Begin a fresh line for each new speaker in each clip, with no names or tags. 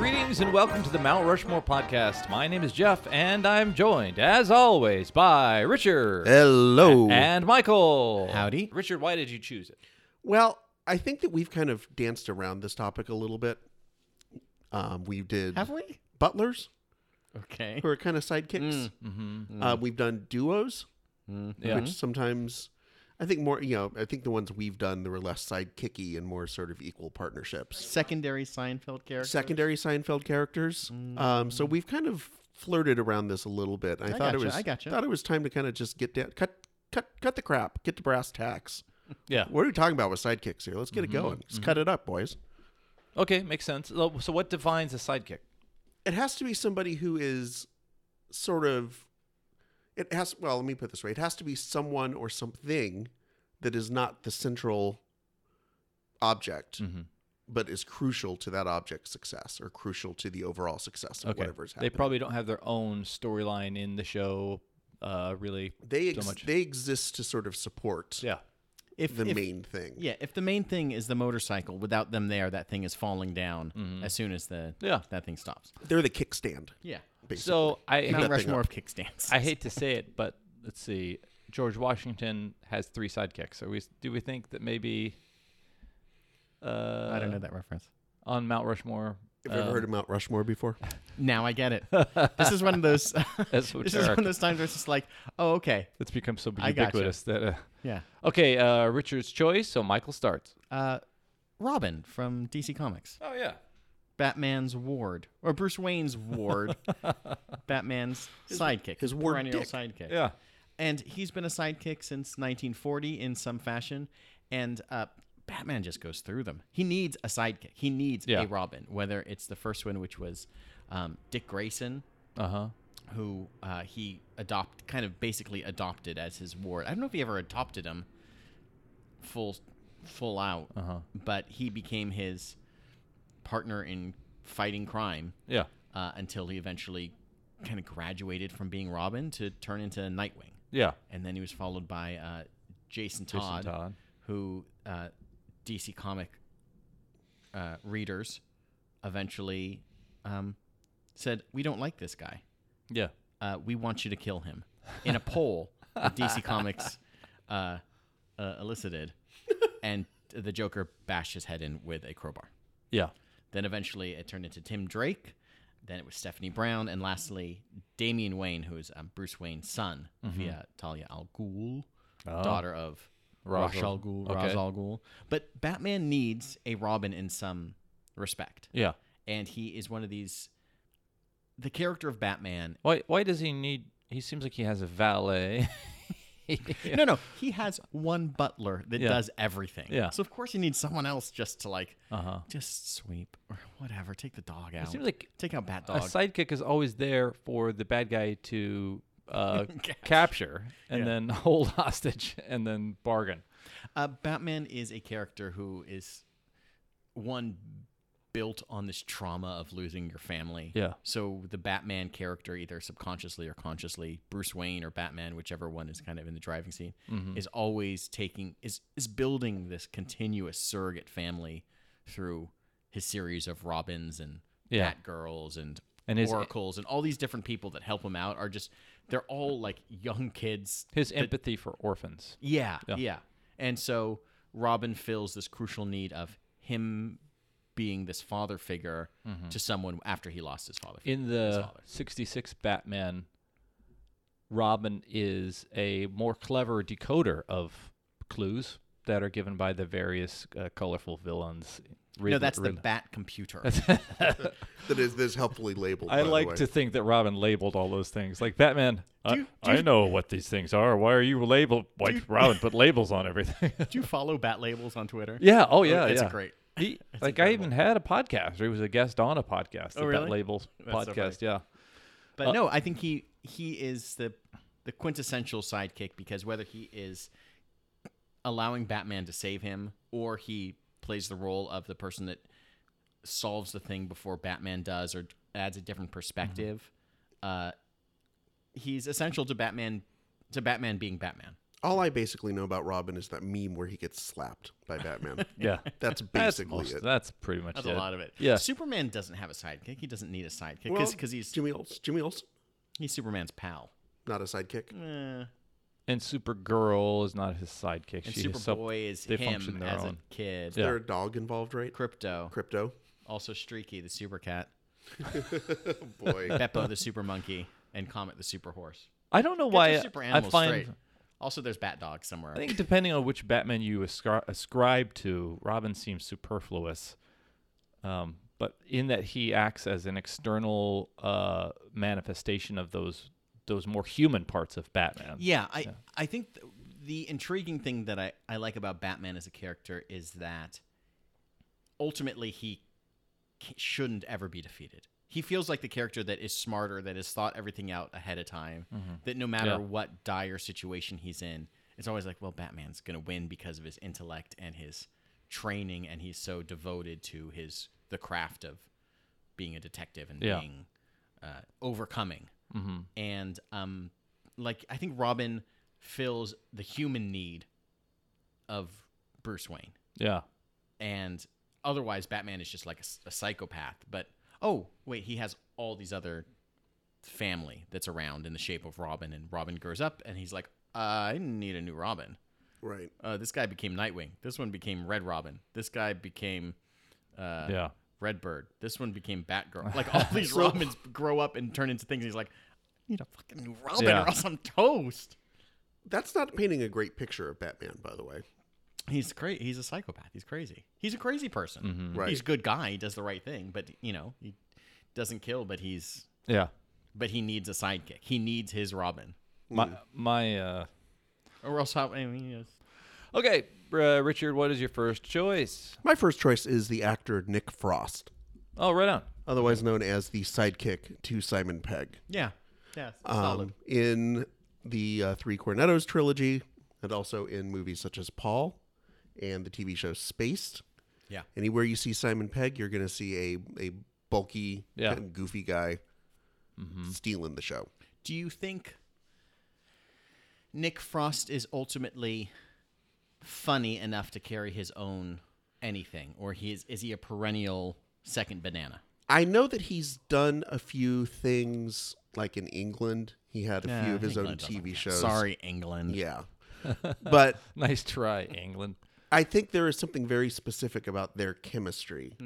Games, and welcome to the Mount Rushmore podcast. My name is Jeff, and I'm joined, as always, by Richard
Hello.
and Michael.
Howdy.
Richard, why did you choose it?
well, I think that we've kind of danced around this topic a little bit. Um, we did
Have we?
butlers,
Okay.
who are kind of
Mm,
sidekicks.
mm-hmm,
Uh, we've done duos,
Yeah.
which sometimes I think more. You know, I think the ones we've done they were less sidekicky and more sort of equal partnerships.
Secondary Seinfeld character.
Secondary Seinfeld characters. Um, so we've kind of flirted around this a little bit. I, thought
gotcha,
it was.
Mm. I gotcha.
Thought it was time to kind of just get down, cut, cut, cut the crap, get to brass tacks.
Yeah.
What are we talking about with sidekicks here? Let's get
Mm-hmm,
it going. Let's cut it up, boys.
Okay, makes sense. So, so what defines a sidekick?
it has to be somebody who is sort of it has well let me put it this way it has to be someone or something that is not the central object
Mm-hmm.
but is crucial to that object's success or crucial to the overall success of
Okay.
whatever is
they
happening
probably don't have their own storyline in the show, uh, really.
they, ex-
so much.
they exist to sort of support
Yeah.
If
the
if-
main thing
Yeah, if the main thing is the motorcycle, without them there, that thing is falling down as soon as the
Mm-hmm. Yeah.
that thing stops.
they're the kickstand
Yeah.
basically
So I
Mount
that thing
Rushmore
up.
of kickstands.
I hate to say it, but let's see. George Washington has three sidekicks. Are we? Do we think that maybe? Uh,
I don't know that reference.
On Mount Rushmore.
have you ever
um,
heard of mount rushmore before
Now I get it. this is one of those.
That's so
this is
dark.
one of those times where it's just like, oh, okay,
It's become so
I gotcha.
ubiquitous that. Uh,
yeah.
okay, uh, Richard's choice. So Michael starts.
Uh, Robin from DC Comics,
Oh yeah.
Batman's ward or Bruce Wayne's ward, Batman's sidekick,
his ward
perennial
dick.
sidekick.
Yeah.
and he's been a sidekick since 1940 in some fashion and uh, batman just goes through them he needs a sidekick he needs
Yeah.
a robin whether it's the first one which was um, dick grayson
Uh huh.
who uh, he adopt kind of basically adopted as his ward i don't know if he ever adopted him full full out but he became his partner in fighting crime
Yeah.
uh, until he eventually kind of graduated from being robin to turn into nightwing
Yeah.
and then he was followed by uh, Jason Todd,
Todd.
who uh, DC comic uh, readers eventually um, said, "We don't like this guy.
Yeah.
Uh, we want you to kill him." In a poll, that DC Comics uh, uh, elicited, and the Joker bashed his head in with a crowbar.
Yeah.
Then eventually it turned into Tim Drake. Then it was Stephanie Brown. And lastly, Damian Wayne, who is um, Bruce Wayne's son
Mm-hmm.
via Talia al Ghul, daughter of
Oh. Ra's
Ra's al Ghul.
okay.
Ra's al Ghul. But Batman needs a Robin in some respect.
Yeah.
And he is one of these. The character of Batman.
Why? Why does he need? He seems like he has a valet.
No, no. He has one butler that
Yeah.
does everything.
Yeah.
So, of course, he needs someone else just to, like,
Uh huh.
just sweep or whatever. Take the dog out.
seems like
Take out Bat
a
Dog.
sidekick is always there for the bad guy to uh,
Catch.
capture and
Yeah.
then hold hostage and then bargain.
Uh, Batman is a character who is one built on this trauma of losing your family.
Yeah.
So the Batman character, either subconsciously or consciously, Bruce Wayne or Batman, whichever one is kind of in the driving seat,
Mm-hmm.
is always taking is is building this continuous surrogate family through his series of Robins and
Yeah.
Batgirls and
And his-
oracles and all these different people that help him out are just they're all like young kids
His empathy for orphans.
yeah, yeah. And so Robin fills this crucial need of him being this father figure to someone after he lost his father. figure.
In the
father.
66 Batman, Robin is a more clever decoder of clues that are given by the various uh, colorful villains.
no,
Riddler-
that's the
Riddler-
bat computer.
that is this helpfully labeled
I
by the
like
way.
to think that Robin labeled all those things. Like Batman, I,
you- do
I know what these things are. Why are you label? Why Robin put labels on everything?
Do you follow bat labels on Twitter?
Yeah. Oh, yeah.
it's
yeah.
great.
He, like I even had a podcast. Or he was a guest on a podcast.
Oh,
the
really?
Bat Labels
That's so
podcast. yeah.
But no, I think he he is the the quintessential sidekick because whether he is allowing Batman to save him or he plays the role of the person that solves the thing before Batman does or adds a different Mm-hmm. perspective, uh, he's essential to Batman to Batman being Batman.
All I basically know about Robin is that meme where he gets slapped by Batman.
Yeah.
That's
That's,
basically
most,
it.
that's pretty much
That's
it.
a lot of it.
Yeah.
Superman doesn't have a sidekick. He doesn't need a sidekick
Well,
because he's
Jimmy Olsen. Jimmy Olsen,
he's Superman's pal.
not a sidekick.
Eh, and
And Supergirl is not his sidekick. She's
Superboy is
they function
him
their
as a
own.
kid.
Is there a dog involved, right?
Crypto,
Crypto.
also Streaky, the super cat,
Oh,
Boy.
Beppo, the super monkey, and Comet, the super horse.
I don't know
Get
why
your super
I
animals
find.
straight. Also, there's Bat Dog somewhere.
I think depending on which Batman you ascri- ascribe to, Robin seems superfluous. Um, but in that he acts as an external uh, manifestation of those those more human parts of Batman.
Yeah, I I think th- the intriguing thing that I I like about Batman as a character is that ultimately he c- shouldn't ever be defeated. He feels like the character that is smarter, that has thought everything out ahead of time. That no matter
Mm-hmm. Yeah.
what dire situation he's in, it's always like, well, Batman's gonna win because of his intellect and his training, and he's so devoted to his the craft of being a detective and
Yeah.
being uh, overcoming
hmm
and um like i think robin fills the human need of bruce wayne
Yeah.
and otherwise batman is just like a s- a, psychopath but oh wait he has all these other family that's around in the shape of robin and robin grows up and he's like i need a new robin
right.
uh, this guy became nightwing this one became red robin this guy became uh,
yeah.
Redbird. This one became Batgirl. Like all these Robins grow up and turn into things. He's like, I need a fucking new Robin
Yeah.
or else I'm toast.
That's not painting a great picture of Batman, by the way.
He's crazy. He's a psychopath. He's crazy. He's a crazy person.
Right.
He's a good guy. He does the right thing, but you know he doesn't kill. But he's
Yeah.
but he needs a sidekick. He needs his Robin,
My my. Uh...
or else how? I mean, yes.
Okay, uh, Richard. What is your first choice?
My first choice is the actor Nick Frost,
Oh, right on.
otherwise known as the sidekick to Simon Pegg.
yeah, yeah, solid.
um, in the uh, Three Cornettos trilogy, and also in movies such as Paul and the TV show Spaced.
Yeah.
Anywhere you see Simon Pegg, you're going to see a a bulky,
Yeah.
kind of goofy guy
Mm-hmm.
stealing the show.
Do you think Nick Frost is ultimately funny enough to carry his own anything, or he is, is he a perennial second banana?
I know that he's done a few things like in England. He had a few of his own TV shows.
Sorry, England.
Yeah. but
Nice try, England.
I think there is something very specific about their chemistry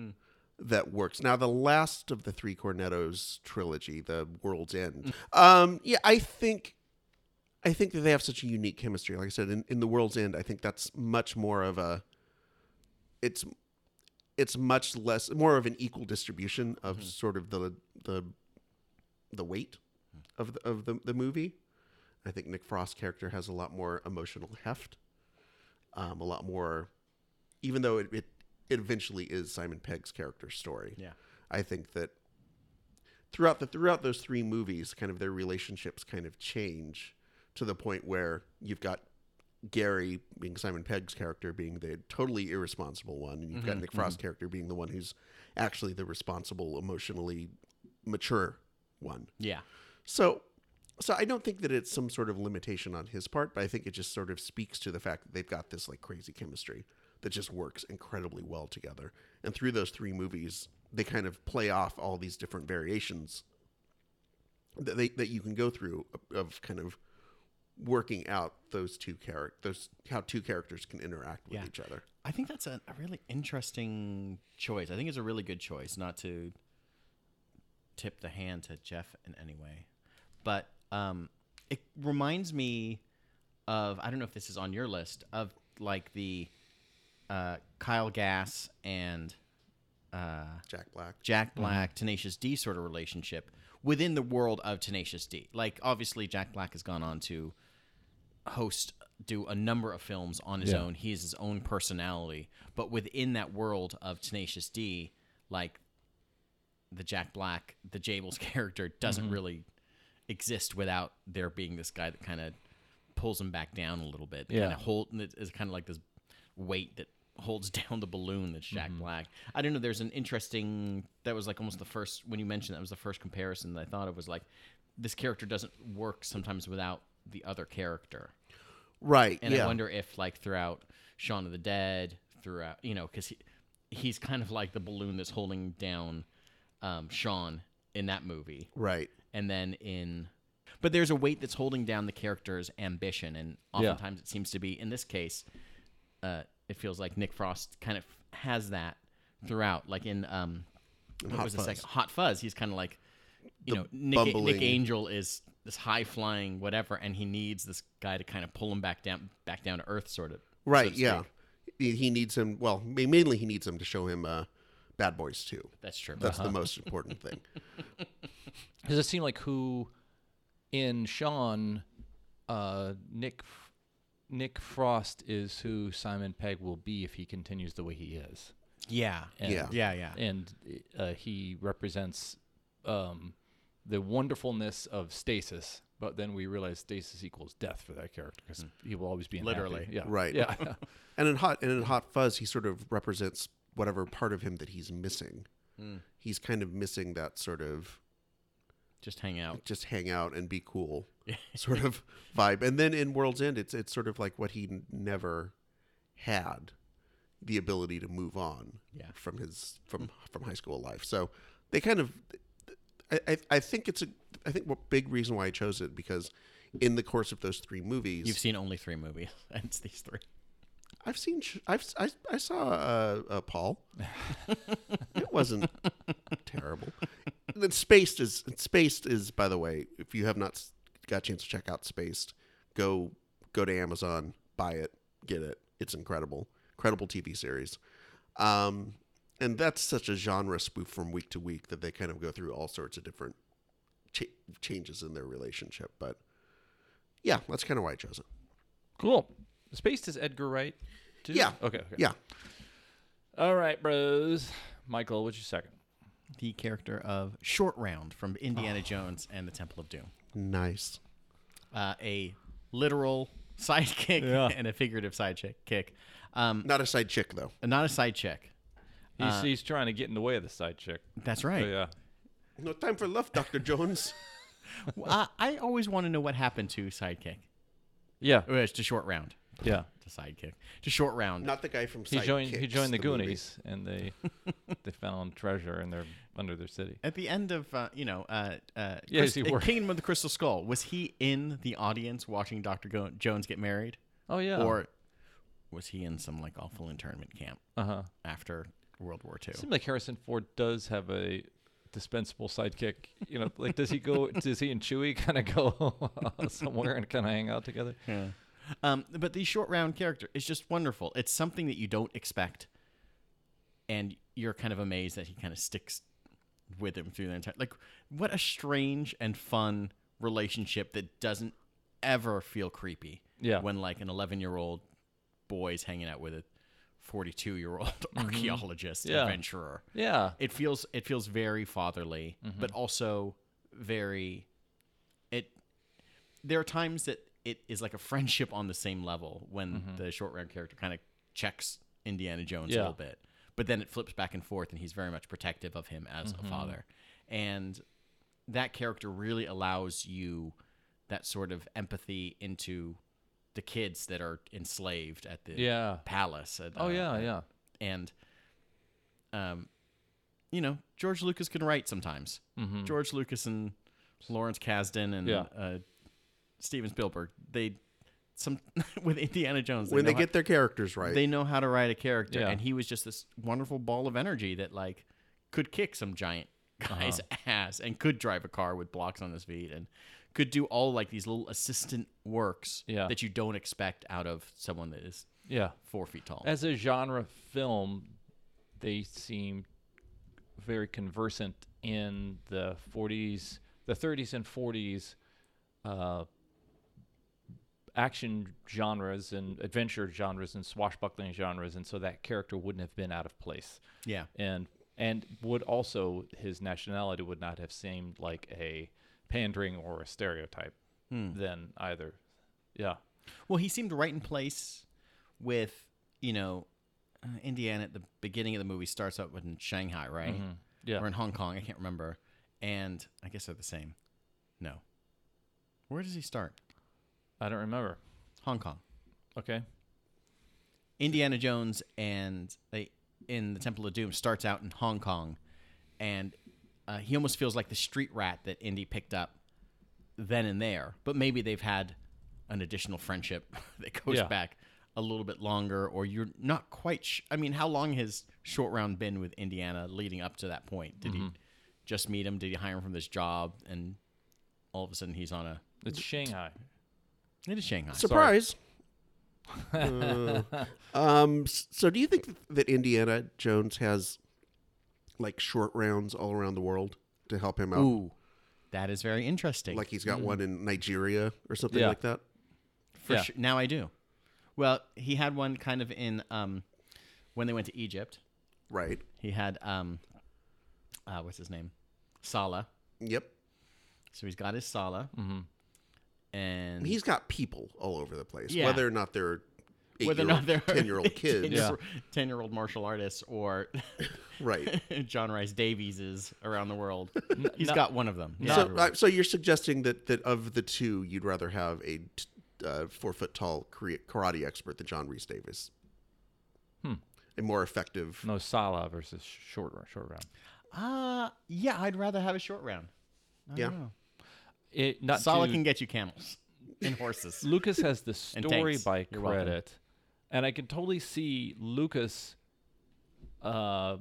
that works. Now, the last of the three Cornettos trilogy, the World's End. Um, yeah, I think, I think that they have such a unique chemistry. Like I said, in, in the World's End, I think that's much more of a, it's, it's much less more of an equal distribution of sort of the the, the weight of the, of the the movie. I think Nick Frost's character has a lot more emotional heft um, a lot more even though it, it, it eventually is simon pegg's character story
Yeah.
i think that throughout the throughout those three movies kind of their relationships kind of change to the point where you've got gary being simon pegg's character being the totally irresponsible one and you've got nick frost's character being the one who's actually the responsible emotionally mature one
Yeah.
so, so I don't think that it's some sort of limitation on his part, but I think it just sort of speaks to the fact that they've got this like crazy chemistry that just works incredibly well together. And through those three movies, they kind of play off all these different variations that they that you can go through of, of kind of working out those two characters, those how two characters can interact with
Yeah.
each other.
I think that's a, a really interesting choice. I think it's a really good choice, not to tip the hand to Jeff in any way. But um, it reminds me of I don't know if this is on your list of like the uh, Kyle Gass and uh,
Jack Black.
Jack Black, Tenacious D sort of relationship within the world of Tenacious D. Like obviously Jack Black has gone on to host do a number of films on his
Yeah.
own. He is his own personality, but within that world of Tenacious D, like the Jack Black, the Jables character doesn't really exist without there being this guy that kind of pulls him back down a little bit.
Yeah.
Kinda hold and it is kind of like this weight that holds down the balloon that's Jack Black. I don't know. There's an interesting that was like almost the first when you mentioned that was the first comparison that I thought of was like this character doesn't work sometimes without the other character.
Right.
and
yeah.
I wonder if like throughout Shaun of the Dead, throughout you know, because he, he's kind of like the balloon that's holding down um, Sean in that movie,
right.
and then in, but there's a weight that's holding down the character's ambition, and
Yeah.
oftentimes it seems to be in this case, uh, it feels like Nick Frost kind of has that throughout, like in um, what
Hot
was
Fuzz.
the second Hot Fuzz? He's kind of like, you know, Nick,
bumbling-
Nick Angel is this high flying whatever, and he needs this guy to kind of pull him back down, back down to earth, sort of. so
Right.
to
yeah.
speak.
He he needs him. Well, ma- mainly he needs him to show him uh, Bad Boys too.
that's true.
That's the most important thing.
Does it seem like who in Sean, uh, Nick F- Nick Frost is who Simon Pegg will be if he continues the way he is,
yeah,
and,
Yeah.
yeah, yeah.
and uh, he represents um, the wonderfulness of stasis. But then we realize stasis equals death for that character because he will always be unhappy.
Literally.
yeah,
Hmm. Right.
yeah,
And in Hot and in Hot Fuzz, he sort of represents whatever part of him that he's missing. He's kind of missing that sort of
Just hang out.
just hang out and be cool sort of vibe. And then in World's End, it's it's sort of like what he n- never had the ability to move on
Yeah.
from his from from high school life. So they kind of I, I I think it's a I think a big reason why I chose it because in the course of those three movies,
You've seen only three movies, and it's these three.
I've seen sh- I've s- I, I saw uh, uh, Paul. it wasn't terrible. Then Spaced is Spaced is by the way, if you have not s- got a chance to check out Spaced, go go to Amazon, buy it, get it. It's incredible, incredible TV series. Um, and that's such a genre spoof from week to week that they kind of go through all sorts of different cha- changes in their relationship. But yeah, that's kind of why I chose it.
cool. Spaced is Edgar Wright. Too?
Yeah.
Okay. okay.
Yeah.
All right, bros. Michael, what's your second?
The character of Short Round from
Ah.
Indiana Jones and the Temple of Doom.
Nice.
Uh, a literal sidekick
Yeah.
and a figurative sidekick. Um,
Not a side chick though.
not a side chick.
He's,
Uh,
he's trying to get in the way of the side chick.
That's right.
So, yeah.
No time for love, Doctor Jones.
Well, I, I always want to know what happened to Sidekick.
Yeah.
Oh, it's to Short Round.
Yeah.
To Sidekick. To Short Round.
Not the guy from.
He joined he
Sidekicks,
joined the,
movie.
Goonies and they they found treasure in their under their city.
At the end of, uh, you know, uh, uh,
Yeah,
Chris-
he
uh,
were.
Kingdom of the Crystal Skull, was he in the audience watching Dr. Go- Jones get married?
Oh yeah.
Or was he in some, like, awful internment camp
uh-huh.
after World War II?
It seemed like Harrison Ford does have a dispensable sidekick. You know, like does he go does he and Chewie kind of go somewhere and kind of hang out together?
Yeah. Um, but the short round character is just wonderful. It's something that you don't expect, and you're kind of amazed that he kind of sticks with him through the entire. Like, what a strange and fun relationship that doesn't ever feel creepy.
Yeah.
When like an 11 year old boy's hanging out with a 42 year old archaeologist
Mm-hmm. Yeah.
adventurer
Yeah.
it feels it feels very fatherly
Mm-hmm.
but also very it there are times that it is like a friendship on the same level when the short round character kind of checks indiana jones a
Mm-hmm. Yeah.
little bit but then it flips back and forth and he's very much protective of him as
Mm-hmm.
a father and that character really allows you that sort of empathy into the kids that are enslaved at the
Yeah.
palace at,
Oh
uh,
yeah, yeah.
and um, you know George Lucas can write sometimes. George Lucas and Lawrence Kasdan
Mm-hmm.
and
Yeah.
uh, Steven Spielberg they some with Indiana Jones
When they
know
get their characters right,
how, they know how to write a character,
Yeah.
and he was just this wonderful ball of energy that like could kick some giant
Uh-huh.
guy's ass and could drive a car with blocks on his feet and could do all like these little assistant works
Yeah.
that you don't expect out of someone that is
Yeah.
four feet tall.
As a genre film, they seem very conversant in the 40s, the 30s and 40s uh, action genres and adventure genres and swashbuckling genres, and so that character wouldn't have been out of place,
yeah,
and and would also his nationality would not have seemed like a pandering or a stereotype then either. Yeah,
Well, he seemed right in place with, you know, uh, Indiana at the beginning of the movie starts out with in Shanghai, right?
yeah.
Or in Hong Kong, I can't remember. And I guess they're the same. No. Where does he start?
I don't remember.
Hong Kong.
Okay.
Indiana Jones and they in the Temple of Doom starts out in Hong Kong, and uh, he almost feels like the street rat that Indy picked up then and there. But maybe they've had an additional friendship that goes
Yeah.
back a little bit longer, or you're not quite. Sh- I mean, how long has Short Round been with Indiana leading up to that point? Did he just meet him? Did he hire him from this job? And all of a sudden, he's on a.
It's Shanghai.
It is Shanghai.
Surprise. Uh, um. s- So, do you think th- that Indiana Jones has like short rounds all around the world to help him out?
Ooh, that is very interesting.
Like he's got one in Nigeria or something
Yeah.
like that.
For
Yeah.
sure. Now I do. Well, he had one kind of in um, when they went to Egypt.
Right.
He had um, uh, what's his name, Salah.
Yep.
So he's got his Salah,
Mm-hmm.
and
He's got people all over the place,
Mm. Yeah.
whether or not they're eight
whether or
year
not they're
ten year old kids.
Yeah.
ten year old martial artists or
Right.
John Rice Davies is around the world. He's
no-
got one of them. Not
So,
everyone.
uh, so you're suggesting that that of the two, you'd rather have a t- uh, four foot tall kare- karate expert than John Reese Davis,
Hmm.
a more effective.
No Sala versus short round. Short round.
uh, yeah, I'd rather have a short round.
yeah.
It not
Salah
to-
can get you camels and horses.
Lucas has the
And
story
tanks.
by
You're welcome.
credit, and I can totally see Lucas uh,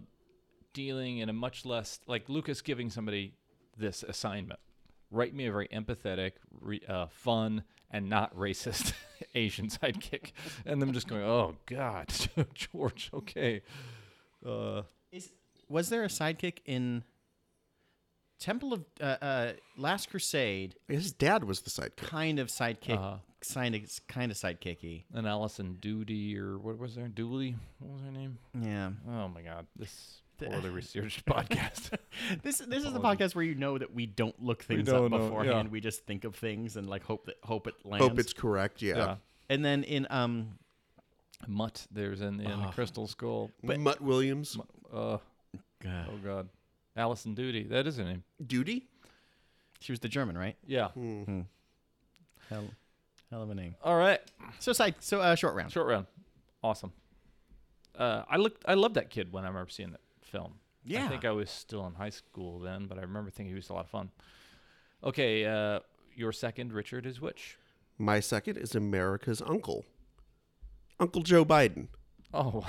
dealing in a much less like Lucas giving somebody this assignment. Write me a very empathetic, re, uh, fun, and not racist Asian sidekick, and them just going, "Oh God, George, okay." Uh,
Is was there a sidekick in Temple of uh, uh, Last Crusade?
His dad was the sidekick.
Kind of sidekick,
Uh-huh.
kind of kind of sidekicky.
Uh, and Allison Duty, or what was her Dooley? What was her name?
Yeah.
Oh my God, this poorly researched podcast.
This this is the podcast where you know that we don't look things up
don't know,
beforehand.
yeah.
We just think of things and like hope that hope it lands.
Hope it's correct. Yeah.
Yeah.
and then in um
Mutt, there's in, in Crystal Skull.
Mutt Williams,
Uh, oh God, Allison Duty. That is her name.
duty.
she was the German, right?
Yeah.
Mm.
Hell, hell of a name.
All right.
So side so uh, short round.
Short round. Awesome. Uh, I looked. I loved that kid when I remember seeing that film. I
Yeah.
think I was still in high school then, but I remember thinking he was a lot of fun. Okay. Uh, your second, Richard, is which?
My second is America's uncle, Uncle Joe Biden.
Oh,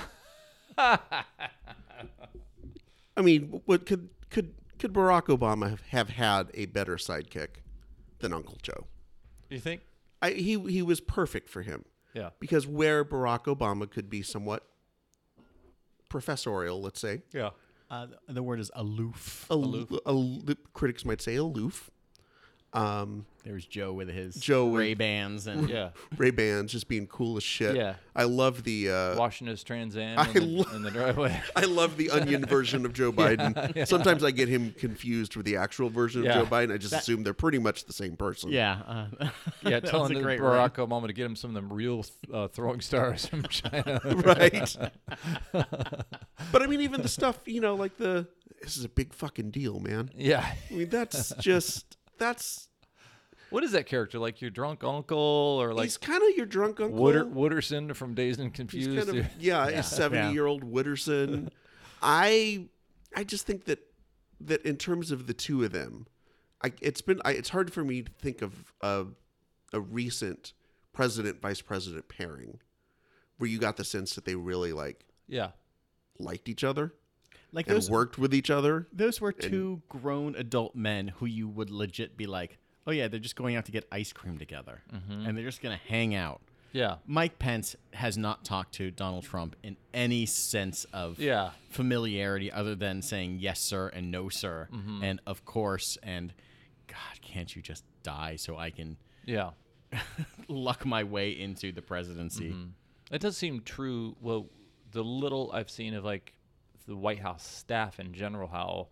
I mean, what could could could Barack Obama have, have had a better sidekick than Uncle Joe?
you think?
I, he he was perfect for him.
Yeah.
because where Barack Obama could be somewhat professorial, let's say,
Yeah.
Uh, the word is aloof.
al- al- the critics might say aloof. Um,
There's Joe with his
Joe with-
Ray Bans and
Yeah.
Ray Bans just being cool as shit.
Yeah.
I love the uh,
Washing his Trans Am
I
in, the-
lo-
in the driveway.
I love the onion version of Joe Biden. Sometimes I get him confused with the actual version
Yeah.
of Joe Biden. I just assume they're pretty much the same person.
yeah. Uh,
Yeah,
that was
telling
a
the
great run.
Barack Obama to get him some of them real uh, throwing stars from China.
right? but I mean, even the stuff you know, like the this is a big fucking deal, man.
yeah.
I mean, that's just that's
What is that character like? Your drunk uncle, or like
he's kind of your drunk uncle.
Wooder, Wooderson from Dazed and
He's
Confused?
kind of yeah, a seventy year old Wooderson. I I just think that that in terms of the two of them, I it's been I, it's hard for me to think of a a recent president vice president pairing where you got the sense that they really like
yeah,
liked each other
like
and
those
worked with each other.
Those were two grown adult men who you would legit be like, oh yeah, they're just going out to get ice cream together,
Mm-hmm.
and they're just gonna hang out.
yeah,
Mike Pence has not talked to Donald Trump in any sense of
yeah.
familiarity other than saying yes sir and no sir
Mm-hmm.
and of course and God, can't you just die so I can
Yeah,
luck my way into the presidency?
Mm-hmm. it does seem true. Well, the little I've seen of like the White House staff in general, how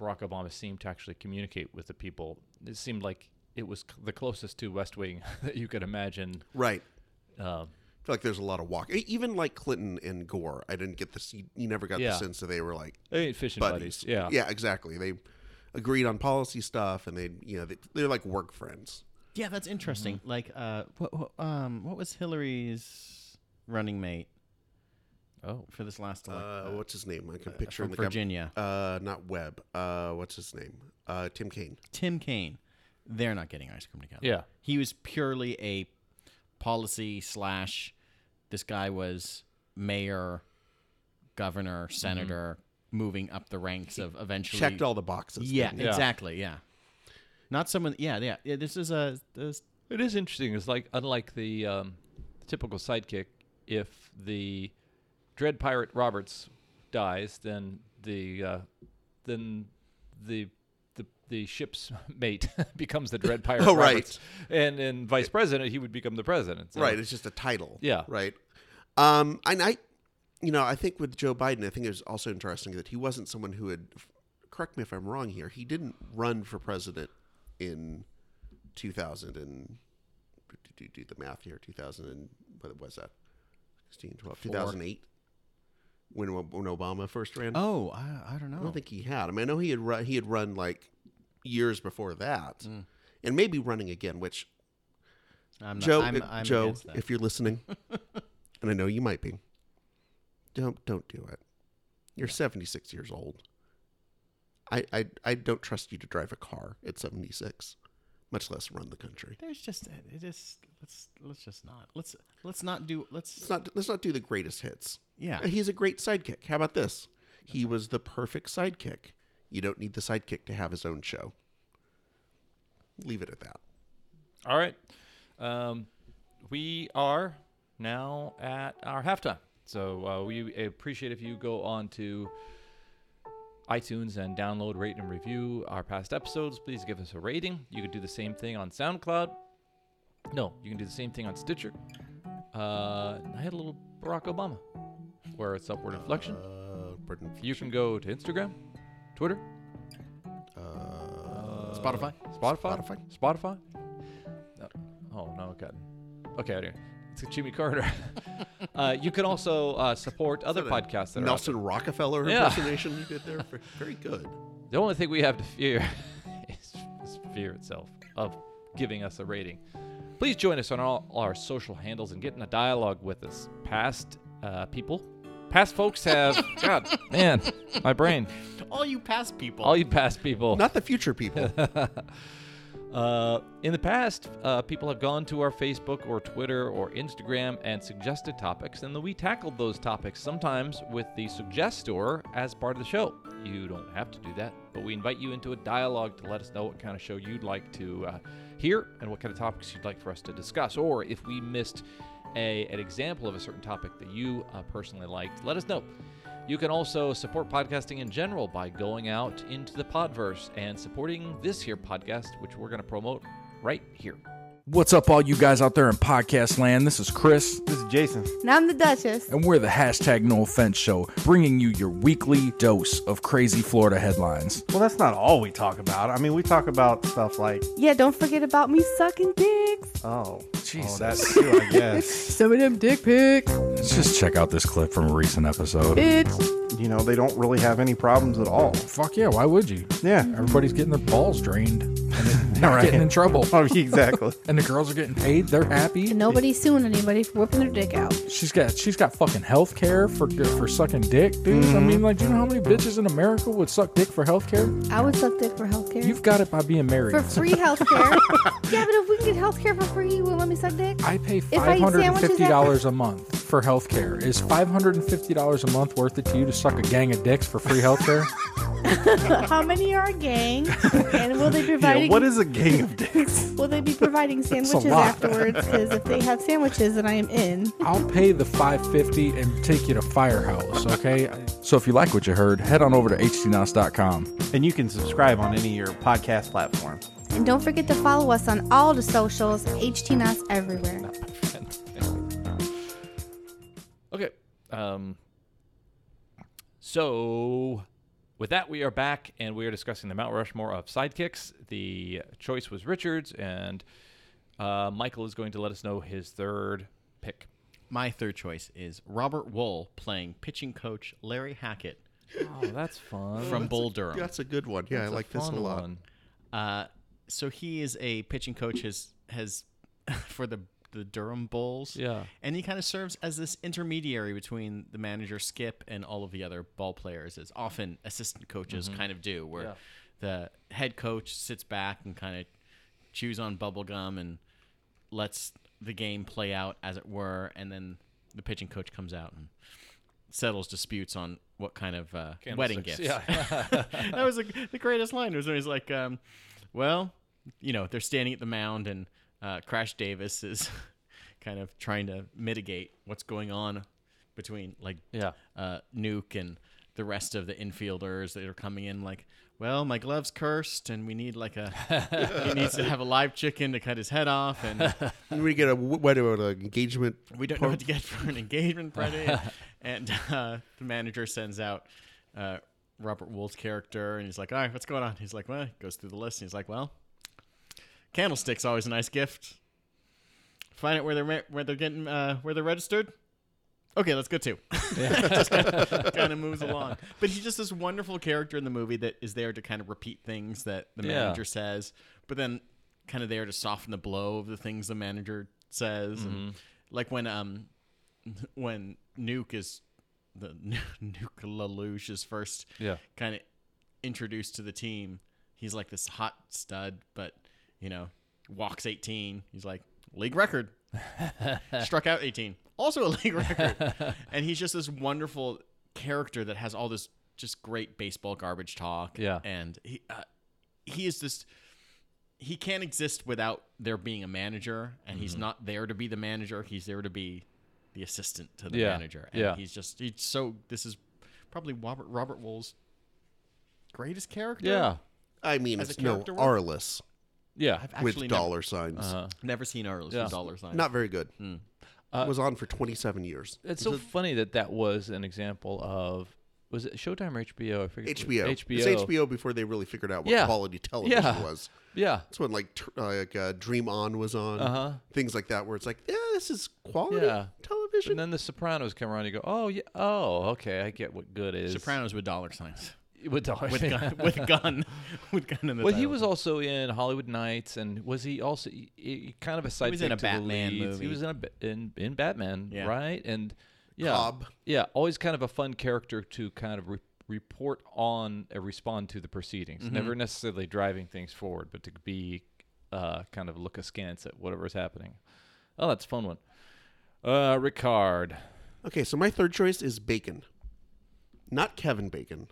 Barack Obama seemed to actually communicate with the people. It seemed like it was c- the closest to West Wing that you could imagine.
Right.
Um,
I feel like there's a lot of walk. e- Even like Clinton and Gore, I didn't get this. You, you never got
Yeah.
the sense that they were like
they ain't fishing buddies.
buddies.
Yeah.
Yeah, exactly. They agreed on policy stuff and they, you know, they, they're like work friends.
Yeah, that's interesting.
Mm-hmm.
Like, uh, what, what, um, what was Hillary's running mate
Oh,
for this last elec-
Uh, what's his name? I can
uh,
picture
from
him. Like
Virginia?
A, uh, not Webb. Uh, what's his name? Uh, Tim Kaine.
Tim Kaine. They're not getting ice cream together.
yeah.
he was purely a policy slash this guy was mayor governor
Mm-hmm.
senator moving up the ranks of eventually
Checked all the boxes.
yeah,
didn't he?
Yeah.
exactly yeah not someone yeah yeah, yeah this is a this,
It is interesting. It's like unlike the um, typical sidekick, if the Dread Pirate Roberts dies, then the uh, then the the the ship's mate becomes the Dread Pirate.
Oh, right.
Roberts. And and vice president, he would become the president. So-
Right. It's just a title.
Yeah.
Right. Um, and I, you know, I think with Joe Biden, I think it was also interesting that he wasn't someone who had, correct me if I'm wrong here, he didn't run for president in 2000 and, do, do the math here, 2000 and, what was that? 16, 12, 2008? When, when Obama first ran?
oh I, I don't know
I don't think he had. I mean, I know he had run, he had run like years before that,
Mm.
and maybe running again. Which
I'm not,
Joe,
I'm,
uh,
I'm
Joe,
against that.
if you're listening, and I know you might be, don't don't do it. You're 76 years old. I, I I don't trust you to drive a car at 76, much less run the country.
there's just it is let's let's just not let's let's not do let's
Let's not let's not do the greatest hits. Uh,
yeah
He's a great sidekick. How about this? He was the perfect sidekick. You don't need the sidekick to have his own show. Leave it at that.
All right. Um, we are now at our halftime. So uh, we appreciate if you go on to iTunes and download, rate, and review our past episodes. Please give us a rating. You can do the same thing on SoundCloud. No, you can do the same thing on Stitcher. Uh, I had a little Barack Obama where it's upward inflection.
Uh, pardon.
You can go to Instagram, Twitter,
Uh,
spotify
Spotify?
Spotify?
Spotify? No. Oh, no, okay. Okay, anyway. It's Jimmy Carter. uh, you can also uh, support other podcasts that are out
Nelson Rockefeller
Yeah.
impersonation you did there. Ver- Very good.
there. The only thing we have to fear is, is fear itself of giving us a rating. Please join us on all our social handles and get in a dialogue with us. Past uh, people, past folks have. God, man, my brain.
all you past people
All you past people.
Not the future people.
Uh, in the past, uh, people have gone to our Facebook or Twitter or Instagram and suggested topics, and then we tackled those topics sometimes with the suggestor as part of the show. You don't have to do that, but we invite you into a dialogue to let us know what kind of show you'd like to uh, hear and what kind of topics you'd like for us to discuss, or if we missed a, an example of a certain topic that you uh, personally liked, let us know. You can also support podcasting in general by going out into the podverse and supporting this here podcast, which we're going to promote right here.
What's up, all you guys out there in podcast land? This is Chris,
This is Jason.
And I'm the Duchess.
and we're the hashtag No Offense Show, bringing you your weekly dose of crazy Florida headlines.
Well, that's not all we talk about. I mean, we talk about stuff like,
Yeah, don't forget about me sucking dicks.
oh,
Jesus.
oh, that too, I guess.
Some of them dick pics,
Let's just check out this clip from a recent episode.
bitch.
you know, they don't really have any problems at all.
Fuck yeah, why would you?
Yeah.
Everybody's getting their balls drained and they're
Right.
getting in trouble.
Oh, exactly.
And the girls are getting paid. They're happy.
And nobody's suing anybody for whipping their dick out.
She's got she's got fucking health care for for sucking dick, dude. I mean, like, do you know how many bitches in America would suck dick for health care?
I would suck dick for healthcare.
You've got it by being married.
for free healthcare. yeah, but if we can get healthcare for free, you will let me suck dick?
I pay
I
five hundred
eat
and
sandwiches
fifty dollars a month for health care. Is five hundred and fifty dollars a month worth it to you to suck a gang of dicks for free health care?
How many are a gang? And will they
Yeah,
providing?
what is a gang of dicks?
Will they be providing sandwiches
lot.
afterwards? Because if they have sandwiches, then I am in.
I'll pay the five fifty and take you to Firehouse, okay? So if you like what you heard, head on over to htnos.com.
And you can subscribe on any of your podcast platforms.
And don't forget to follow us on all the socials, HTNOS everywhere.
Okay. Um, so, with that, we are back and we are discussing the Mount Rushmore of sidekicks. The choice was Richards, and uh, Michael is going to let us know his third pick.
my third choice is robert wool playing pitching coach larry hackett
Oh, that's fun.
from Bull Durham.
That's a good one. Yeah, I like this a lot.
Uh, so he is a pitching coach. His has for the the Durham Bulls.
Yeah.
And he kind of serves as this intermediary between the manager Skip and all of the other ball players, as often assistant coaches kind of do, where
Mm-hmm. Yeah.
the head coach sits back and kind of chews on bubble gum and lets the game play out as it were, and then the pitching coach comes out and settles disputes on what kind of uh, wedding gifts.
Candlesticks.
that was like, the greatest line was when he's like, um, "Well, you know, they're standing at the mound, and uh, Crash Davis is kind of trying to mitigate what's going on between like
Yeah.
uh, Nuke and the rest of the infielders that are coming in. Like, well, my glove's cursed, and we need like a he needs to have a live chicken to cut his head off, and
We get a what about an engagement?
we don't know what to get for an engagement party. and uh, the manager sends out uh, Robert Wool's character, and he's like, "All right, what's going on?" He's like, "Well," he goes through the list, and he's like, "Well, candlesticks always a nice gift. Find out where they're ma- where they're getting uh, where they're registered. Okay, let's go too." kind of moves along, but he's just this wonderful character in the movie that is there to kind of repeat things that the
Yeah.
manager says, but then kind of there to soften the blow of the things the manager says, and like when um when Nuke is the Nuke Lelouch is first
Yeah.
kind of introduced to the team. He's like this hot stud, but you know, walks 18. He's like league record, struck out 18, also a league record, and he's just this wonderful character that has all this just great baseball garbage talk.
Yeah.
and he uh, he is this. He can't exist without there being a manager, and
Mm-hmm.
he's not there to be the manager. He's there to be the assistant to the
Yeah,
manager. And
yeah.
he's just he's so. This is probably Robert Robert Wool's greatest character.
Yeah.
I mean,
As a
it's no
character work?
Arliss
Yeah.
I've
with
actually
dollar signs.
Uh-huh.
Never, never seen Arliss
Yeah.
with dollar signs.
Not very good.
Hmm.
Uh,
was on for 27 years.
It's so funny that that was an example of was it Showtime or HBO? I forget. what-
HBO.
HBO.
It's HBO before they really figured out what
Yeah.
quality television
Yeah.
was.
Yeah.
That's when like tr- uh, like uh, Dream On was on.
Uh-huh.
Things like that where it's like, yeah, this is quality
Yeah.
television.
And then the Sopranos come around and you go, oh yeah, oh okay, I get what good is.
Sopranos with dollar signs.
with dollar
With
thing.
gun, with gun, with gun in the.
Well, he
title.
was also in Hollywood Nights, and was he also he, he- kind of a side?
was in a Batman movie.
He was in a ba- in, in Batman,
Yeah.
right? And yeah,
Cobb.
yeah, always kind of a fun character to kind of re- report on, uh, respond to the proceedings.
Mm-hmm.
Never necessarily driving things forward, but to be uh, kind of look askance at whatever is happening. Oh, that's a fun one. Uh, Ricard.
Okay, so my third choice is Bacon. Not Kevin Bacon.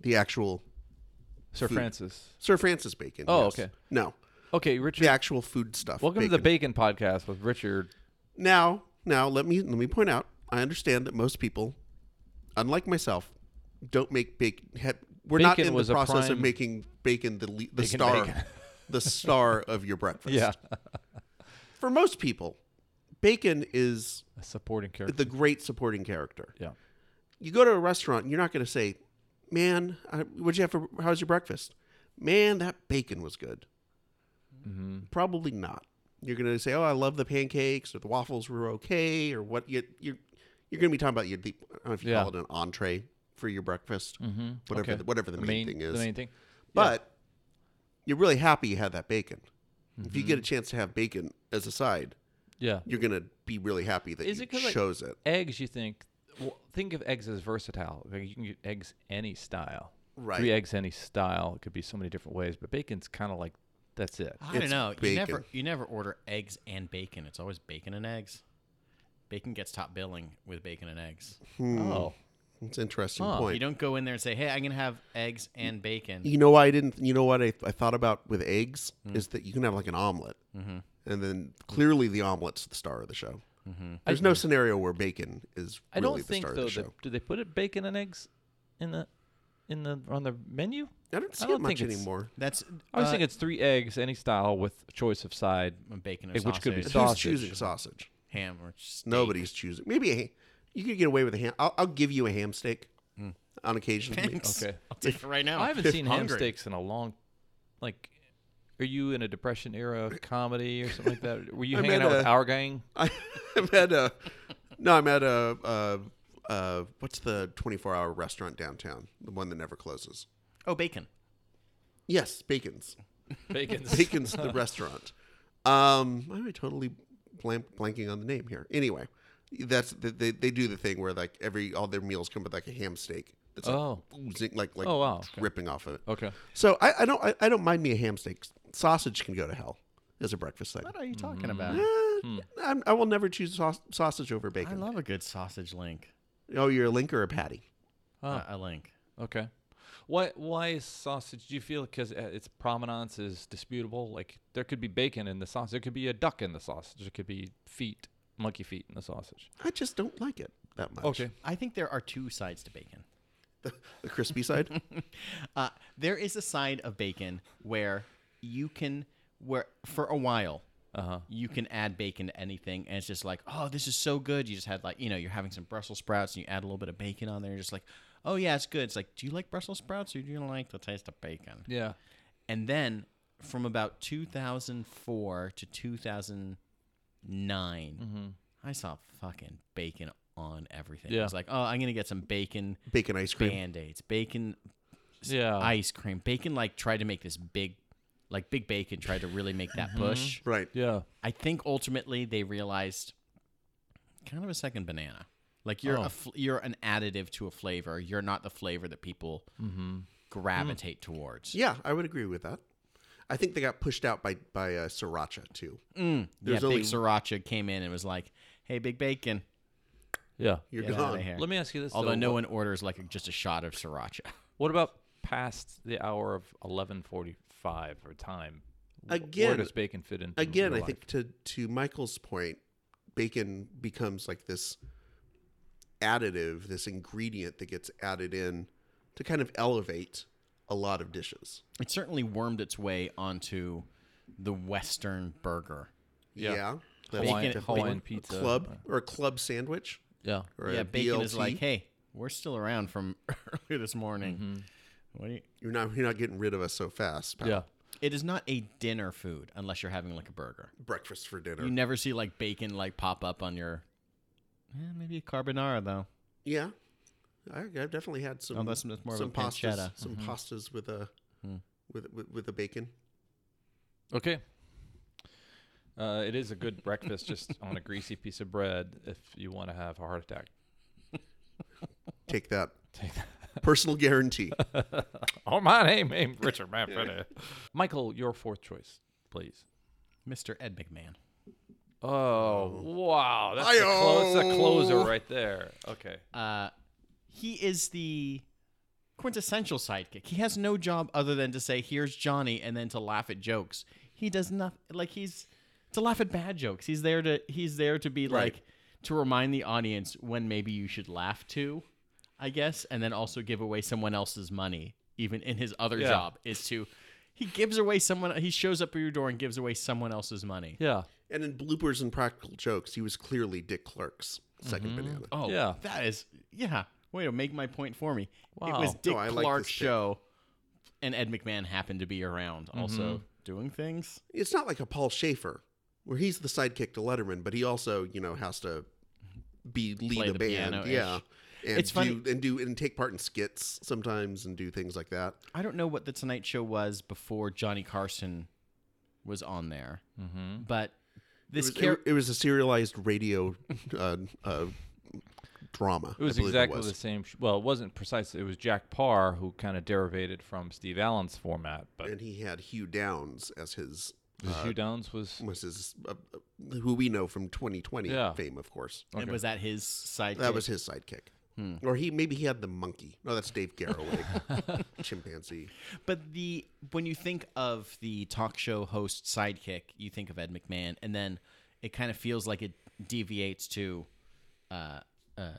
The actual
Sir
Food.
Francis.
Sir Francis Bacon.
Oh,
yes.
okay.
No.
Okay, Richard.
The actual food stuff.
Welcome to the Bacon Podcast with Richard.
Now, now let me let me point out. I understand that most people, unlike myself, don't make bacon. Have, we're not
Bacon
in the
was a
process of
prime-
making bacon the le- the star,
bacon.
the star of your breakfast. For most people, bacon is
a supporting character.
the great supporting character.
Yeah.
You go to a restaurant, you're not going to say, "Man, I, what'd you have for? How's your breakfast?" Man, that bacon was good.
Mm-hmm.
Probably not. You're going to say, "Oh, I love the pancakes or the waffles were okay or what." You, you're you're going to be talking about your. The, I don't know if you
Yeah. Mm-hmm.
call it an entree for your breakfast, whatever
Okay.
the, whatever the,
The
main, thing is.
The main thing.
But you're really happy you had that bacon. If
Mm-hmm.
you get a chance to have bacon as a side,
Yeah.
you're going to be really happy that
Is
you
it 'cause, like,
chose it.
Eggs, you think, well, think of eggs as versatile. Like, you can get eggs any style.
Right.
Three eggs any style. It could be so many different ways, but bacon's kind of like, that's it.
I don't
It's
know. You
bacon.
never, you never order eggs and bacon. It's always bacon and eggs. Bacon gets top billing with bacon and eggs.
Hmm.
Oh.
It's an interesting
Huh.
point.
You don't go in there and say, "Hey, I'm gonna have eggs and bacon."
You know why I didn't? You know what I, I thought about with eggs is that you can have like an omelet, and then clearly the omelet's the star of the show. There's no scenario where bacon is
I
really
don't
the
think,
star
though,
of the
that,
show.
do they put it bacon and eggs in the. In the on the menu,
I don't see
don't
it much
think it's-
anymore.
That's
I was
uh,
thinking it's three eggs, any style, with choice of side.
bacon or
Egg, which could be
sausage,
sausage.
Who's choosing sausage?
ham or steak.
Nobody's choosing. Maybe a ham. You could get away with a ham. I'll, I'll give you a ham steak on occasion.
Thanks.
Okay.
I'll take it right now.
I haven't seen ham
Hungry.
steaks in a long. Like, are you in a depression era comedy or something like that? Were you
I'm
hanging
in
out with
a-
our gang?
I, I'm at a. No, I'm at a. Uh, uh, what's the 24-hour restaurant downtown? The one that never closes.
Oh, bacon.
Yes, Bacon's.
Bacon's.
Bacon's the restaurant. Um, why am I totally blank, blanking on the name here? Anyway, that's they, they do the thing where like every all their meals come with like a ham steak. That's like
Oh.
oozing, like like
Oh, wow, okay.
dripping off of it.
Okay.
So I, I don't I, I don't mind me a ham steak. Sausage can go to hell as a breakfast thing.
What are you
Mm.
talking about?
Eh,
Hmm.
I'm, I will never choose saus- sausage over
I
bacon.
love a good sausage link.
oh, you're a link or a patty?
Uh, a link.
Okay. Why why is sausage? Do you feel because its provenance is disputable? Like there could be bacon in the sausage. There could be a duck in the sausage. There could be feet, monkey feet in the sausage.
I just don't like it that much.
I think there are two sides to bacon.
the, the crispy side.
Uh, there is a side of bacon where you can, where for a while, uh-huh. you can add bacon to anything, and it's just like, oh, this is so good. You just had like, you know, you're having some Brussels sprouts, and you add a little bit of bacon on there. You're just like, oh yeah, it's good. It's like, do you like Brussels sprouts, or do you like the taste of bacon?
Yeah.
And then from about 2004 to 2009, I saw fucking bacon on everything.
Mm-hmm. Yeah.
I was like, oh, I'm going to get some bacon
Bacon ice cream.
band aids, bacon
Yeah.
ice cream. Bacon, like, tried to make this big, like, Big Bacon tried to really make that
Mm-hmm.
push.
Right.
yeah.
I think ultimately they realized kind of a second banana. Like
Oh.
you're a fl- you're an additive to a flavor. You're not the flavor that people
Mm-hmm.
gravitate towards.
Yeah, I would agree with that. I think they got pushed out by by uh, sriracha too.
Mm.
There's
yeah,
only-
Big Sriracha came in and was like, "Hey, Big Bacon,
Yeah.
You're
get out
gone.
of here."
Let me ask you this.
Although
though.
no
What-
one orders like just a shot of Sriracha.
What about past the hour of eleven forty-five or time? Wh- Where
Again-
does bacon fit into
Again,
your
I think to to Michael's point, bacon becomes like this additive, this ingredient that gets added in to kind of elevate a lot of dishes.
It certainly wormed its way onto the Western burger.
Yeah.
Yeah.
life?
That's
Hawaiian,
definitely
Hawaiian
a
pizza uh,
club or a club sandwich
Yeah.
or
yeah,
a
Bacon
BLT.
is like, "Hey, we're still around from earlier this morning.
Mm-hmm.
What do you?"
you're not you're not getting rid of us so fast. pal.
Yeah.
It is not a dinner food unless you're having like a burger.
breakfast for dinner.
You never see like bacon like pop up on your. Eh, maybe a carbonara though.
Yeah, I, I've definitely had some.
Oh, that's- that's more of
some
a
pastas,
pancetta. Mm-hmm. Hmm.
some pastas with a with, with with a bacon.
Okay. Uh, it is a good breakfast just on a greasy piece of bread if you want to have a heart attack.
Take that. Take that. Personal guarantee.
Oh, my name ain't Richard Manfredi. Michael, your fourth choice, please.
Mr. Ed McMahon.
Oh, wow. That's a,
Hi-yo.
clo- that's a closer right there. Okay.
Uh, he is the quintessential sidekick. He has no job other than to say, "Here's Johnny," and then to laugh at jokes. He does nothing. Like he's to laugh at bad jokes. He's there to he's there to be
Right.
like to remind the audience when maybe you should laugh too, I guess, and then also give away someone else's money. Even in his other
Yeah.
job is to he gives away someone. He shows up at your door and gives away someone else's money.
Yeah.
and in bloopers and practical jokes, he was clearly Dick Clark's 2nd banana.
Oh,
Yeah.
That is, yeah. Way to make my point for me. It was
Wow.
Dick
No, I like
Clark's
this bit.
show, and Ed McMahon happened to be around, also doing things.
It's not like a Paul Schaefer, where he's the sidekick to Letterman, but he also you know has to be lead
Play
a
the
band,
piano-ish.
yeah. And
It's
do,
funny-
and do and take part in skits sometimes and do things like that.
I don't know what the Tonight Show was before Johnny Carson was on there, mm-hmm. but this
It was,
character.
it was a serialized radio uh, uh, drama.
It was
I believe
exactly
was.
the same. Sh- well, it wasn't precise. It was Jack Parr who kind of derivated from Steve Allen's format, but
and he had Hugh Downs as his
Hugh Downs was.
was his uh, uh, who we know from 2020
Yeah.
fame, of course.
And was that his sidekick?
That was his sidekick,
Hmm.
or he maybe he had the monkey. No, that's Dave Garroway, chimpanzee.
But the when you think of the talk show host sidekick, you think of Ed McMahon, and then it kind of feels like it deviates to, uh, uh,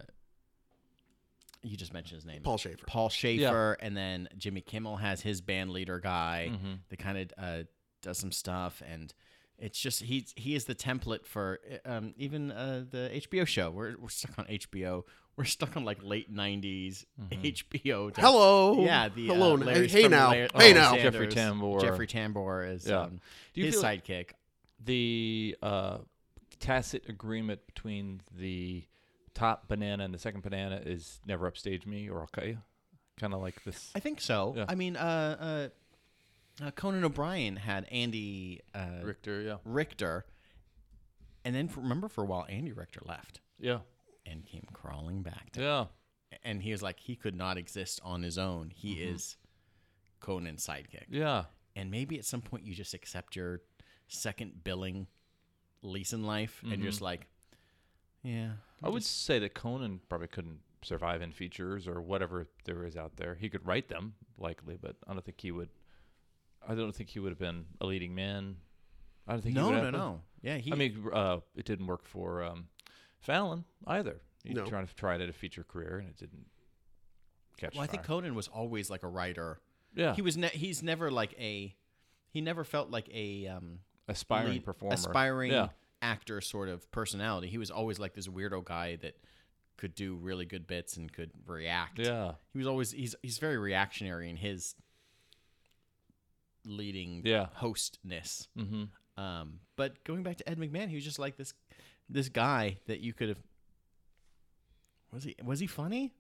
you just mentioned his name,
Paul Schaefer.
Paul Schaefer, and then Jimmy Kimmel has his band leader guy that kind of uh, does some stuff, and it's just he he is the template for um, even uh, the HBO show. We're we're stuck on HBO. We're stuck on like late '90s HBO. type-
Hello.
yeah, the
hello.
uh,
now.
Larry
hey
from
now.
Larry-
hey
oh,
now.
Sam- Jeffrey Tambor.
Jeffrey Tambor is
Yeah.
um,
Do you
his
feel-
sidekick.
the uh, tacit agreement between the top banana and the second banana is never upstage me or I'll cut you. Kind of like this.
I think so. I mean, uh, uh, Conan O'Brien had Andy uh,
Richter, yeah.
Richter, and then for, remember for a while Andy Richter left
Yeah.
and came crawling back. To,
Yeah. Mm-hmm.
And he was like, he could not exist on his own. He is Conan's sidekick.
Yeah.
And maybe at some point you just accept your second billing lease in life
Mm-hmm.
and you're just like, yeah,
I would say that Conan probably couldn't survive in features or whatever there is out there. He could write them likely, but I don't think he would. I don't think he would have been a leading man. I don't think. he
no,
would
no,
have been-
no. Yeah, he.
I mean, uh, it didn't work for um, Fallon either. He
No.
tried to try it at a feature career and it didn't catch
well, I
fire.
think Conan was always like a writer.
yeah,
He was. Ne- he's never like a. He never felt like a um,
aspiring
lead-
performer,
aspiring
Yeah,
actor sort of personality. He was always like this weirdo guy that could do really good bits and could react.
yeah,
He was always he's he's very reactionary in his leading
Yeah.
hostness.
mm-hmm.
Um, but going back to Ed McMahon, he was just like this this guy that you could have. Was he was he funny?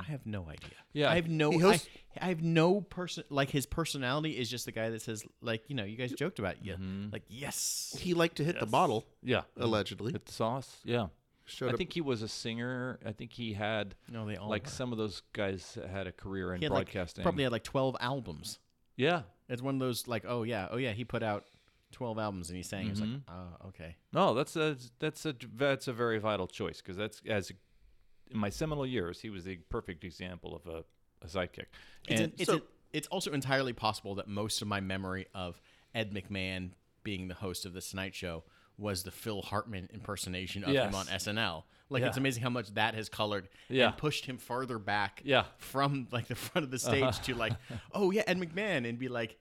I have no
Mm-hmm.
idea.
Yeah.
I have no.
He hosts-
I, I have no person. Like his personality is just the guy that says, like you know, you guys joked about it, yeah,
Mm-hmm.
like yes,
He liked to hit the bottle,
yeah.
allegedly.
Hit the sauce. Yeah,
Showed
I
up-
think he was a singer. I think he had
No, they all
like
were.
some of those guys had a career in
He had like-
broadcasting.
probably had like twelve albums.
yeah.
It's one of those like, oh yeah, oh yeah, he put out twelve albums and he sang. It's like,
Mm-hmm.
oh okay,
No, that's a that's a that's a very vital choice because that's as in my seminal years he was the perfect example of a, a sidekick. And
It's, an- it's,
so-
an- it's also entirely possible that most of my memory of Ed McMahon being the host of The Tonight Show was the Phil Hartman impersonation of
Yes.
him on SNL. Like, it's
Yeah.
amazing how much that has colored
Yeah.
and pushed him farther back
Yeah. Uh-huh.
from, like, the front of the stage to, like, oh, yeah, Ed McMahon, and be like,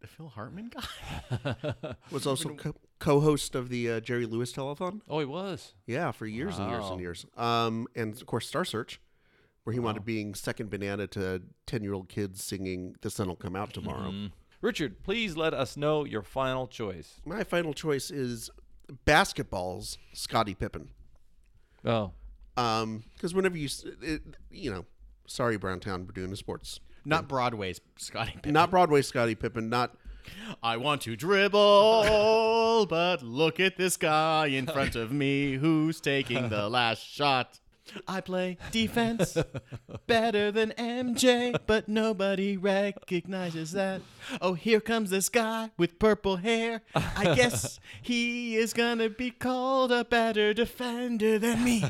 the Phil Hartman guy?
was also co- co-host of the uh, Jerry Lewis telethon.
oh, he was.
Yeah, for years and years
Wow.
and years. Um, and of course, Star Search, where he wound up being second banana to ten-year-old kids singing "The Sun'll Come Out Tomorrow."
Richard, please let us know your final choice.
My final choice is basketball's Scottie Pippen.
Oh,
Because whenever you, s- it, you know, sorry, Browntown, we're doing the sports.
Not Broadway's Scotty Pippen.
Not Broadway Scottie Pippen, not
I want to dribble, but look at this guy in front of me who's taking the last shot. I play defense better than MJ, but nobody recognizes that. Oh, here comes this guy with purple hair. I guess he is gonna be called a better defender than me.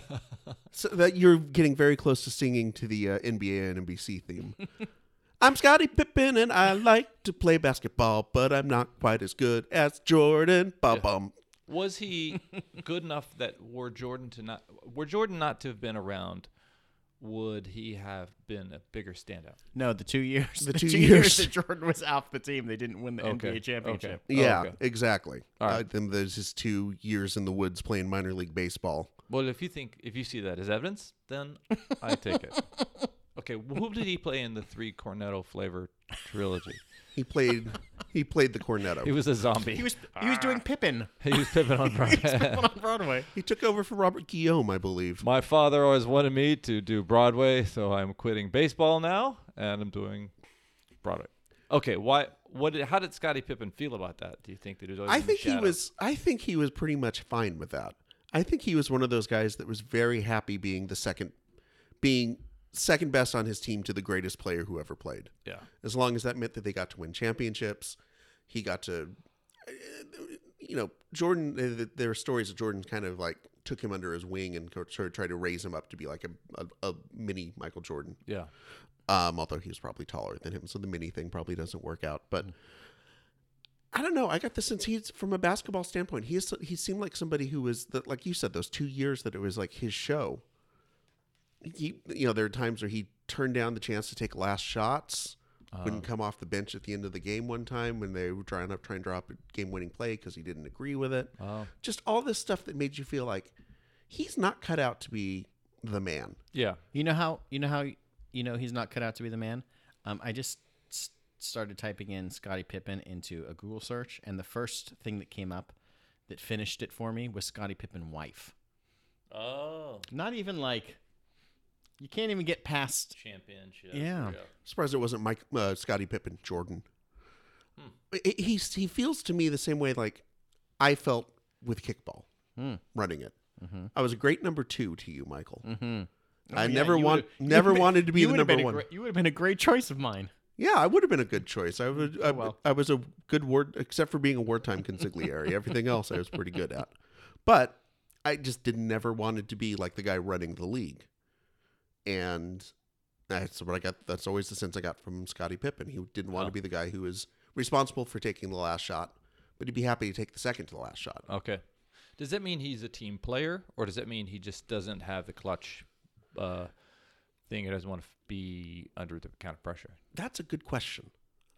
so that you're getting very close to singing to the uh, NBA and NBC theme. I'm Scottie Pippen and I like to play basketball, but I'm not quite as good as Jordan. Bum bum.
was he good enough that were Jordan to not were Jordan not to have been around? Would he have been a bigger standout?
No, the two years, the
two years.
that Jordan was off the team, they didn't win the
Okay,
NBA championship.
okay.
Yeah,
Oh, okay.
exactly.
right.
Uh, then there's his two years in the woods playing minor league baseball.
Well, if you think if you see that as evidence, then I take it. Okay, who did he play in the three Cornetto flavor trilogy?
He played. he played the cornetto.
He was a zombie.
He was he was doing Pippin.
He was Pippin on Broadway.
on Broadway.
He took over for Robert Guillaume, I believe.
My father always wanted me to do Broadway, so I'm quitting baseball now and I'm doing Broadway. Okay, why? What? Did, how did Scottie Pippen feel about that? Do you think that he was? always
I
in the
think he
shadow?
was. I think he was pretty much fine with that. I think he was one of those guys that was very happy being the second, being second best on his team to the greatest player who ever played.
Yeah.
As long as that meant that they got to win championships, he got to. You know, Jordan. uh, th- th- There are stories of Jordan kind of like took him under his wing and co- sort of tried to raise him up to be like a, a, a mini Michael Jordan.
Yeah.
Um, although he was probably taller than him, so the mini thing probably doesn't work out. But I don't know. I got the sense he's from a basketball standpoint. He is, he seemed like somebody who was the, like you said those two years that it was like his show. He, you know, there are times where he turned down the chance to take last shots. Wouldn't come off the bench at the end of the game one time when they were trying to try and drop a game-winning play because he didn't agree with it. Just all this stuff that made you feel like he's not cut out to be the man.
Yeah.
You know how you know how you know he's not cut out to be the man. Um, I just s- started typing in Scottie Pippen into a Google search, and the first thing that came up that finished it for me was Scottie Pippen wife.
Oh.
Not even like You can't even get past.
Championship.
Yeah.
Surprised it wasn't Mike, uh, Scotty Pippen, Jordan.
Hmm.
He- He he feels to me the same way like I felt with kickball
Hmm.
running it.
Mm-hmm.
I was a great number two to you, Michael.
Oh,
I never want never wanted to be the number one.
you would have been a great choice of mine.
yeah, I would have been a good choice. I would. I,
well.
I was a good ward, except for being a wartime consigliere. Everything else I was pretty good at, but I just did never wanted to be like the guy running the league, and that's what I got. That's always the sense I got from Scottie Pippen. He didn't want to be the guy who was responsible for taking the last shot, but he'd be happy to take the second to the last shot.
Okay. Does that mean he's a team player, or does that mean he just doesn't have the clutch uh, thing? He doesn't want to be under the kind of pressure.
That's a good question.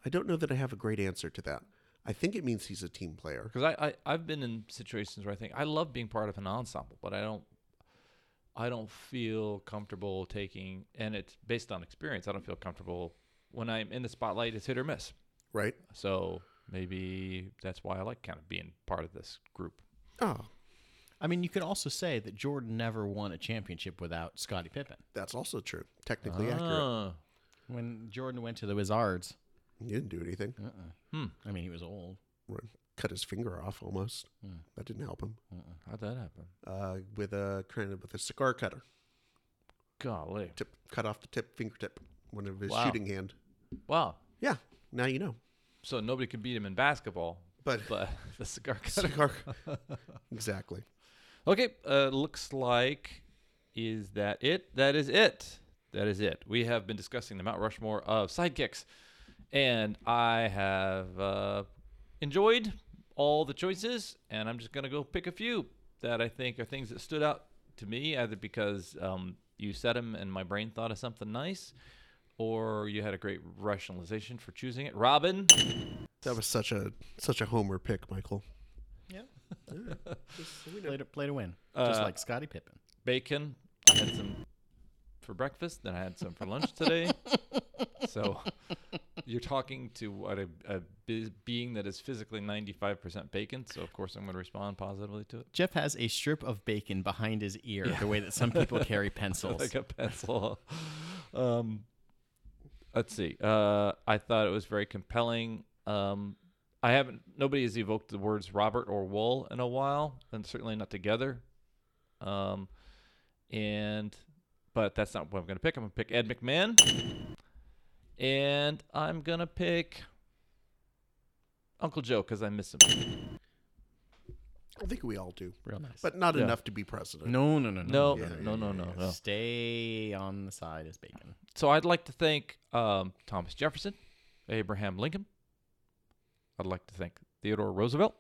I don't know that I have a great answer to that. I think it means he's a team player.
Because I, I I've been in situations where I think I love being part of an ensemble, but I don't I don't feel comfortable taking, and it's based on experience. I don't feel comfortable when I'm in the spotlight. It's hit or miss.
right?
So maybe that's why I like kind of being part of this group.
Oh,
I mean, you could also say that Jordan never won a championship without Scottie Pippen.
that's also true. Technically accurate.
Ah.
When Jordan went to the Wizards,
He didn't do anything.
I mean, he was old.
Right. Cut his finger off almost. That didn't help him.
How'd that happen?
Uh, with a kind of with a cigar cutter,
Golly!
tip cut off the tip fingertip, one of his
Wow.
shooting hand.
Wow.
Yeah, now you know.
So nobody could beat him in basketball,
But-
but the cigar cutter.
Cigar. exactly.
Okay, uh, looks like is that it? That is it. That is it. We have been discussing the Mount Rushmore of sidekicks, and I have uh, enjoyed all the choices, and I'm just gonna go pick a few that I think are things that stood out to me, either because um, you said them and my brain thought of something nice, or you had a great rationalization for choosing it. Robin,
That was such a such a homer pick, Michael.
Yeah. play, to, play to win, just like Scottie Pippen.
bacon. I had some for breakfast, then I had some for lunch today. so you're talking to what a, a bi- being that is physically 95% bacon. So of course I'm going to respond positively to it,
Jeff has a strip of bacon behind his ear, the way that some people carry pencils.
like a pencil. um, let's see. Uh, I thought it was very compelling. Um, I haven't. Nobody has evoked the words Robert or Wool in a while, and certainly not together. Um, and but that's not what I'm going to pick. I'm going to pick Ed McMahon, and I'm going to pick Uncle Joe because I miss him.
Oh, I think we all do,
Real nice.
but not
Yeah.
enough to be president.
no, no, no,
No,
no,
Yeah,
no, no, no, no.
Stay on the side as bacon.
So I'd like to thank um, Thomas Jefferson, Abraham Lincoln. I'd like to thank Theodore Roosevelt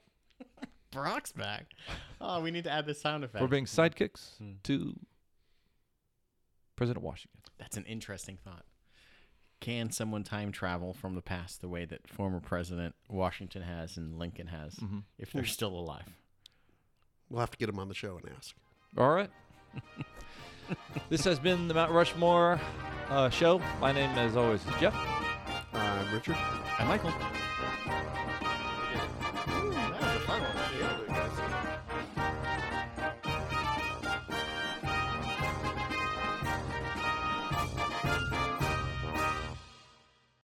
Brock's back. Oh, we need to add the sound effect.
for being sidekicks to President Washington.
That's an interesting thought. Can someone time travel from the past the way that former President Washington has and Lincoln has, if they're still alive?
We'll have to get him on the show and ask.
All right. this has been the Mount Rushmore uh, show. My name, as always, is Jeff.
Uh, Richard.
And Michael.